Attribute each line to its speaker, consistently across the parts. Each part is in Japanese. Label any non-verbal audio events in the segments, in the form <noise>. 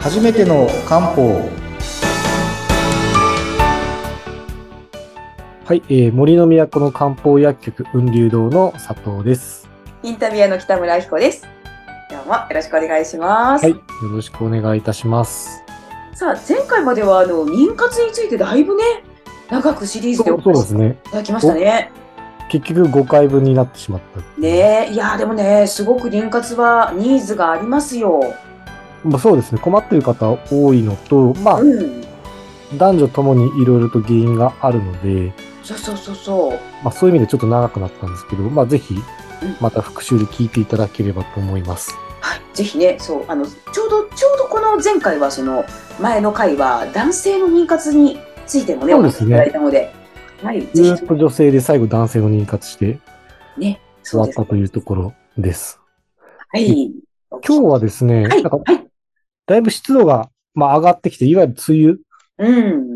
Speaker 1: 初めての漢方
Speaker 2: はい、えー、森の都の漢方薬局雲龍堂の佐藤です。
Speaker 3: インタビュアーの北村明子です。今日もよろしくお願いします。
Speaker 2: はい、よろしくお願いいたします。
Speaker 3: さあ、前回まではあの妊活についてだいぶね、長くシリーズでお
Speaker 2: そうそうです
Speaker 3: 話しい
Speaker 2: ね。
Speaker 3: ただきましたね。
Speaker 2: 結局5回分になってしまった。
Speaker 3: ねえ、いやーでもね、すごく妊活はニーズがありますよ。
Speaker 2: まあそうですね。困ってる方多いのと、まあ
Speaker 3: うん。
Speaker 2: 男女ともにいろいろと原因があるので、
Speaker 3: そうそうそうそう。
Speaker 2: まあそういう意味でちょっと長くなったんですけど、まあぜひまた復習で聞いていただければと思います。
Speaker 3: はい、ぜひね、そう、あの、ちょうど、ちょうどこの前回は、その、前の回は、男性の妊活についてもね、
Speaker 2: そう
Speaker 3: お
Speaker 2: で
Speaker 3: 話し
Speaker 2: す
Speaker 3: い
Speaker 2: ね
Speaker 3: ただいたので、はい、ぜ
Speaker 2: ずっ
Speaker 3: ひ、
Speaker 2: と女性で最後男性の妊活して
Speaker 3: ね、
Speaker 2: 座
Speaker 3: そう
Speaker 2: っ
Speaker 3: です
Speaker 2: た。というところです。
Speaker 3: はい。
Speaker 2: 今日はですね、
Speaker 3: はい、
Speaker 2: なんか
Speaker 3: はい。
Speaker 2: だいぶ湿度が、まあ、上がってきて、いわゆる梅雨
Speaker 3: うん。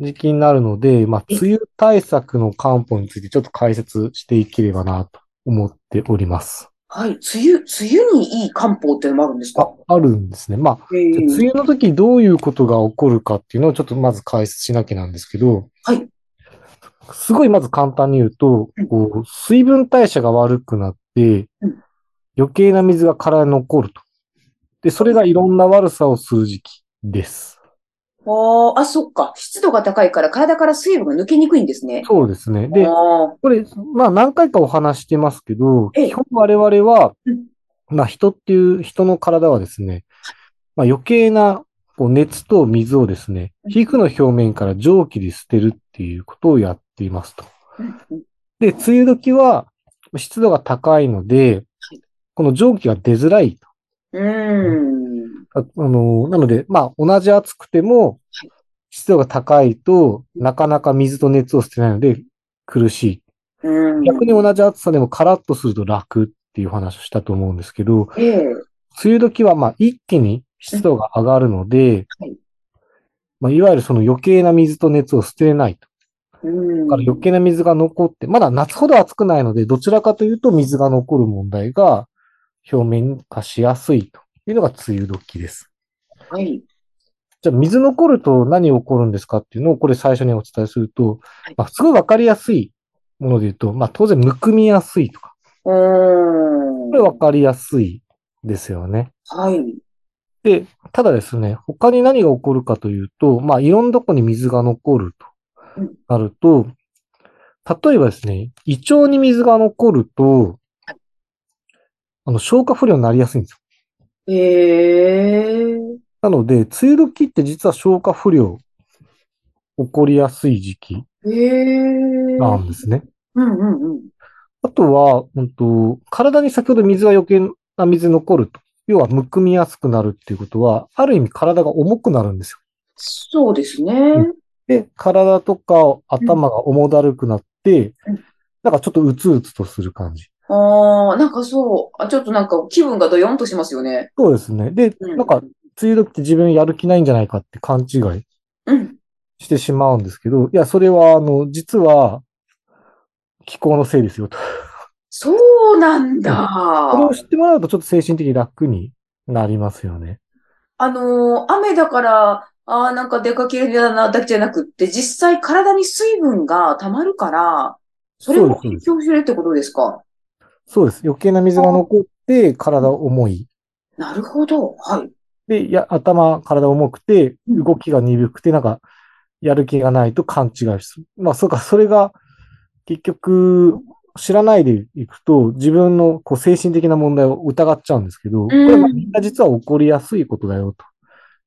Speaker 2: 時期になるので、まあ、
Speaker 3: え
Speaker 2: 梅雨対策の漢方についてちょっと解説していければなと思っております。
Speaker 3: はい、梅雨、梅雨にいい漢方っていうのもあるんです
Speaker 2: あ
Speaker 3: か、
Speaker 2: あるんですね。まあ、
Speaker 3: え
Speaker 2: じゃあ梅
Speaker 3: ー、
Speaker 2: 雨の時どういうことが起こるかっていうのをちょっとまず解説しなきゃなんですけど、
Speaker 3: はい。
Speaker 2: すごいまず簡単に言うと
Speaker 3: うん、
Speaker 2: こう水分代謝が悪くなって
Speaker 3: うん、
Speaker 2: 余計な水が体に残ると。で、それがいろんな悪さをする時期です。
Speaker 3: あーあ、そっか。湿度が高いから、体から水分が抜けにくいんですね。
Speaker 2: そうですね。で
Speaker 3: あ、ー
Speaker 2: これ、まあ何回かお話してますけど、
Speaker 3: ええ
Speaker 2: 基本我々は
Speaker 3: うん、
Speaker 2: まあ人っていう、人の体はですね、まあ余計なこう熱と水をですね、
Speaker 3: うん
Speaker 2: 皮膚の表面から蒸気で捨てるっていうことをやっていますと。
Speaker 3: うん
Speaker 2: で、梅雨時は湿度が高いので
Speaker 3: はい、
Speaker 2: この蒸気が出づらいと。
Speaker 3: うん。うん。
Speaker 2: ああの、なので、まあ同じ暑くても
Speaker 3: はい、
Speaker 2: 湿度が高いと、なかなか水と熱を捨てないので苦しい。
Speaker 3: うん。
Speaker 2: 逆に同じ暑さでもカラッとすると楽っていう話をしたと思うんですけど、
Speaker 3: ええ
Speaker 2: 梅雨時はまあ一気に湿度が上がるので、
Speaker 3: はい。
Speaker 2: まあ、いわゆるその余計な水と熱を捨てれないと。
Speaker 3: うん。
Speaker 2: だから余計な水が残って、まだ夏ほど暑くないので、どちらかというと水が残る問題が表面化しやすいというのが梅雨時です。
Speaker 3: はい。
Speaker 2: じゃあ水残ると何起こるんですかっていうのをこれ最初にお伝えすると
Speaker 3: はい、
Speaker 2: まあ、すごいわかりやすいもので言うと、まあ当然むくみやすいとか、
Speaker 3: う
Speaker 2: こ
Speaker 3: ん。
Speaker 2: れわかりやすいですよね。
Speaker 3: はい。
Speaker 2: で、ただですね、他に何が起こるかというと、まあ、いろんなとこに水が残ると
Speaker 3: うん
Speaker 2: なると、例えばですね、胃腸に水が残ると、あの、消化不良になりやすいんですよ。
Speaker 3: ええ
Speaker 2: なので、梅雨時って実は消化不良、起こりやすい時期
Speaker 3: ええ
Speaker 2: なんですね。
Speaker 3: うんうんうん。
Speaker 2: あとは、うんと、体に先ほど水が余計な水残ると。要は、むくみやすくなるっていうことは、ある意味体が重くなるんですよ
Speaker 3: そうですね。
Speaker 2: で、体とか頭が重だるくなって、
Speaker 3: うん
Speaker 2: なんかちょっとうつうつとする感じ。
Speaker 3: ああ、なんかそう、あ、ちょっとなんか気分がドヨンとしますよね。
Speaker 2: そうですね。で、
Speaker 3: うん
Speaker 2: なんか、梅雨時って自分やる気ないんじゃないかって勘違い
Speaker 3: うん。
Speaker 2: してしまうんですけど、いや、それは、あの、実は、気候のせいですよと。
Speaker 3: そうなんだ。
Speaker 2: これを知ってもらうと、ちょっと精神的に楽になりますよね。
Speaker 3: あのー雨だから、ああ、なんか出かけるの嫌だな、だけじゃなくって、実際体に水分が溜まるから、それも
Speaker 2: そうです
Speaker 3: 影響してるってことですか。
Speaker 2: そうです。余計な水が残って、体重い。
Speaker 3: なるほど。はい。
Speaker 2: で、や、頭、体重くて、
Speaker 3: うん
Speaker 2: 動きが鈍くて、なんか、やる気がないと勘違いする。まあ、そうか、それが、結局、知らないでいくと、自分のこう精神的な問題を疑っちゃうんですけど、これまあみんな実は起こりやすいことだよ、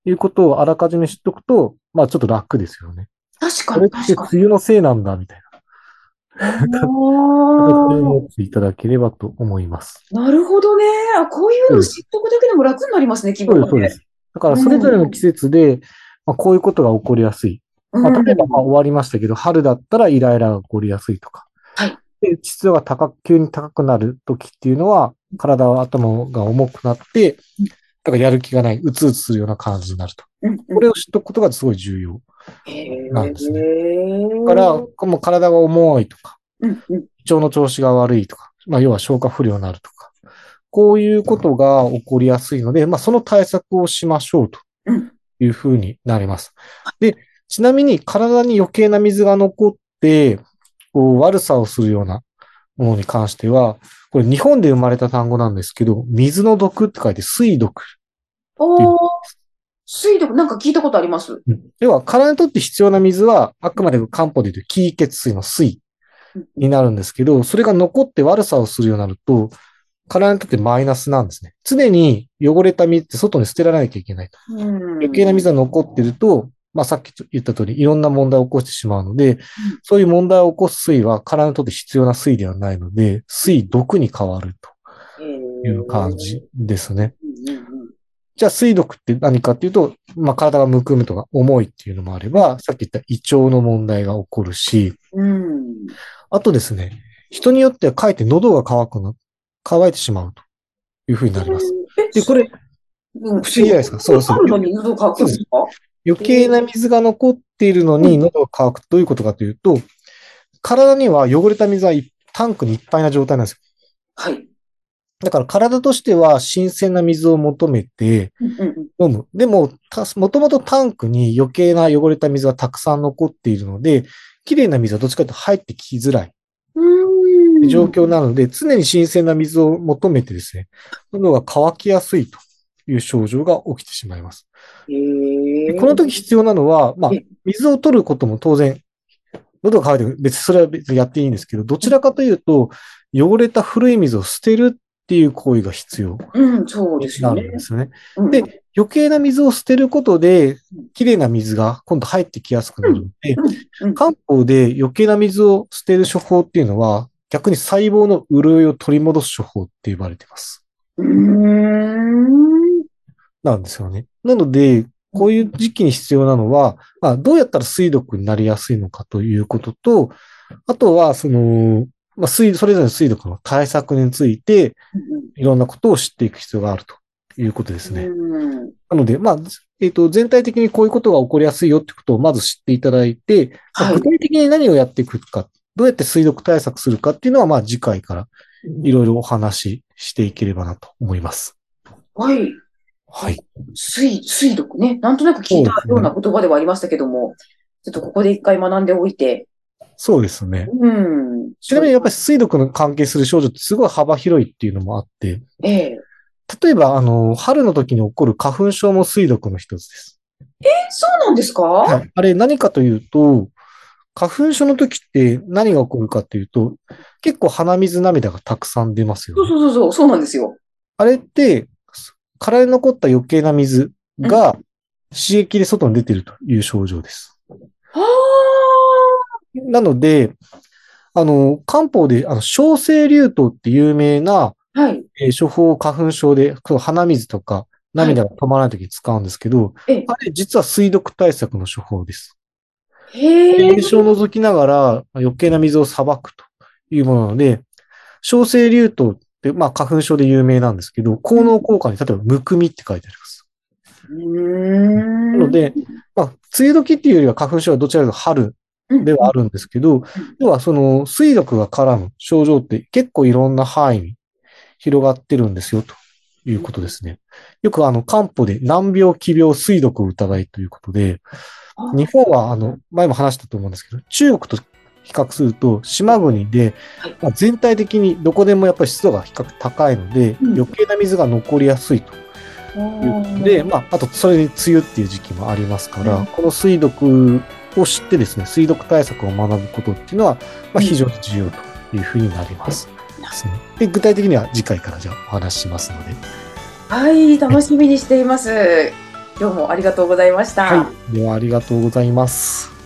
Speaker 2: ということをあらかじめ知っとくと、まあ、ちょっと楽ですよね。
Speaker 3: 確か
Speaker 2: これ
Speaker 3: に、
Speaker 2: って <laughs>
Speaker 3: 確か
Speaker 2: 梅雨のせいなんだ、みたい
Speaker 3: に。
Speaker 2: な
Speaker 3: あ
Speaker 2: 形に
Speaker 3: ー
Speaker 2: 持っていただければと思います。
Speaker 3: なるほどね。あこういうの知っとくだけでも楽になりますね、気
Speaker 2: そう
Speaker 3: 分
Speaker 2: で
Speaker 3: が
Speaker 2: す、そう
Speaker 3: ね。
Speaker 2: です。だから、それぞれの季節で、まあ、こういうことが起こりやすい。まあ、例えばまあ終わりましたけど、春だったらイライラが起こりやすいとか。
Speaker 3: はい
Speaker 2: で、湿度が高く、急に高くなる時っていうのは、体は頭が重くなって
Speaker 3: うん、
Speaker 2: だからやる気がない、うつうつするような感じになると。
Speaker 3: うん。うん
Speaker 2: これを知っとくことがすごい重要。
Speaker 3: へ
Speaker 2: なんですね
Speaker 3: ー
Speaker 2: だから、もう体が重いとか、
Speaker 3: うんう
Speaker 2: 胃
Speaker 3: ん。
Speaker 2: 腸の調子が悪いとか、まあ、要は消化不良になるとか。こういうことが起こりやすいので、まあ、その対策をしましょうと
Speaker 3: うん
Speaker 2: いうふうになります。で、ちなみに体に余計な水が残って、こう悪さをするようなものに関しては、これ日本で生まれた単語なんですけど、水の毒って書いて水毒。
Speaker 3: おー、水毒なんか聞いたことあります。
Speaker 2: 要は、体にとって必要な水は、あくまでも漢方で言うと、気血水の水になるんですけど、それが残って悪さをするようになると、体にとってマイナスなんですね。常に汚れた水って外に捨てられなきゃいけないと。
Speaker 3: うん。
Speaker 2: 余計な水が残ってると、まあさっき言った通り、いろんな問題を起こしてしまうので、そういう問題を起こす水は、体にとって必要な水ではないので、水毒に変わるという感じですね。
Speaker 3: うんうんうん。
Speaker 2: じゃあ水毒って何かっていうと、まあ、体がむくむとか重いっていうのもあれば、さっき言った胃腸の問題が起こるし、
Speaker 3: うん。
Speaker 2: あとですね、人によってはかえって喉が乾くの、乾いてしまうというふうになります。
Speaker 3: え、
Speaker 2: で、これ
Speaker 3: うん、
Speaker 2: 不思議じゃないですかそうそう
Speaker 3: あるのに喉乾くんですか
Speaker 2: 余計な水が残っているのに喉が乾くとどういうことかというと、体には汚れた水はいタンクにいっぱいな状態なんですよ。
Speaker 3: はい。
Speaker 2: だから体としては新鮮な水を求めて、
Speaker 3: うんうんうん
Speaker 2: 飲む。でも、たもともとタンクに余計な汚れた水がたくさん残っているので、綺麗な水はどっちかというと入ってきづらい
Speaker 3: うん。
Speaker 2: 状況なので、常に新鮮な水を求めてですね、喉が乾きやすいという症状が起きてしまいます。
Speaker 3: へ
Speaker 2: で
Speaker 3: ー
Speaker 2: この時必要なのは、まあ
Speaker 3: え、
Speaker 2: 水を取ることも当然、喉が乾いてる。別にそれは別にやっていいんですけど、どちらかというと、汚れた古い水を捨てるっていう行為が必要
Speaker 3: うん、そうです
Speaker 2: に
Speaker 3: よ
Speaker 2: な
Speaker 3: ね
Speaker 2: るん。ですよね。
Speaker 3: うん
Speaker 2: で、余計な水を捨てることで、綺麗な水が今度入ってきやすくなるので、
Speaker 3: うんうん
Speaker 2: 漢方で余計な水を捨てる処方っていうのは、逆に細胞の潤いを取り戻す処方って呼ばれてます。
Speaker 3: うーん。
Speaker 2: なんですよね。なので、こういう時期に必要なのは、まあ、どうやったら水毒になりやすいのかということと、あとは、その、まあ、水、それぞれの水毒の対策について、いろんなことを知っていく必要があるということですね。
Speaker 3: うん。
Speaker 2: なので、まあ、えっ、と、全体的にこういうことが起こりやすいよってことをまず知っていただいて、まあ
Speaker 3: はい
Speaker 2: 具体的に何をやっていくか、どうやって水毒対策するかっていうのは、まあ、次回からいろいろお話ししていければなと思います。
Speaker 3: はい。
Speaker 2: はい。
Speaker 3: 水、水毒ね。なんとなく聞いたような言葉ではありましたけども、ちょっとここで一回学んでおいて。
Speaker 2: そうですね。
Speaker 3: うん。
Speaker 2: ちなみにやっぱり水毒の関係する症状ってすごい幅広いっていうのもあって、
Speaker 3: り。ええ。
Speaker 2: 例えば、あの、春の時に起こる花粉症も水毒の一つです。
Speaker 3: え、そうなんですか
Speaker 2: はいあれ何かというと、花粉症の時って何が起こるかというと、結構鼻水涙がたくさん出ますよね
Speaker 3: そう。そうそうそう、そうなんですよ。
Speaker 2: あれって、体に残った余計な水が刺激で外に出てるという症状です。
Speaker 3: は
Speaker 2: なので、あの、漢方で、あの、小生流糖って有名な、
Speaker 3: あ。はい。
Speaker 2: えー処方を花粉症で、この鼻水とか涙が止まらない時に使うんですけど、
Speaker 3: ええ
Speaker 2: あれ実は水毒対策の処方です。
Speaker 3: へえ
Speaker 2: 炎。症を除きながら余計な水をさばくというものなので、小生流糖って、まあ、花粉症で有名なんですけど、効能効果に、例えば、むくみって書いてあります。
Speaker 3: うー。
Speaker 2: なんので、まあ、梅雨時っていうよりは花粉症はどちらかというと
Speaker 3: うん、
Speaker 2: 春ではあるんですけど、要はその水毒が絡む症状って結構いろんな範囲に広がってるんですよということですね。よくあの漢方で難病、奇病、水毒を疑いということで、
Speaker 3: あ
Speaker 2: 日本はあの前も話したと思うんですけど、中国と比較すると島国で
Speaker 3: はい、
Speaker 2: まあ全体的にどこでもやっぱり湿度が比較高いので、
Speaker 3: うん
Speaker 2: 余計な水が残りやすいとで、まあ、あと、それに梅雨っていう時期もありますから、
Speaker 3: うん
Speaker 2: この水毒を知ってですね、水毒対策を学ぶことっていうのは、ま
Speaker 3: う
Speaker 2: あ、
Speaker 3: ん
Speaker 2: 非常に重要というふうになります。ですねで、具体的には次回からじゃあお話ししますので、
Speaker 3: はい、楽しみにしています。今日もありがとうございました。
Speaker 2: はい。では、ありがとうございます。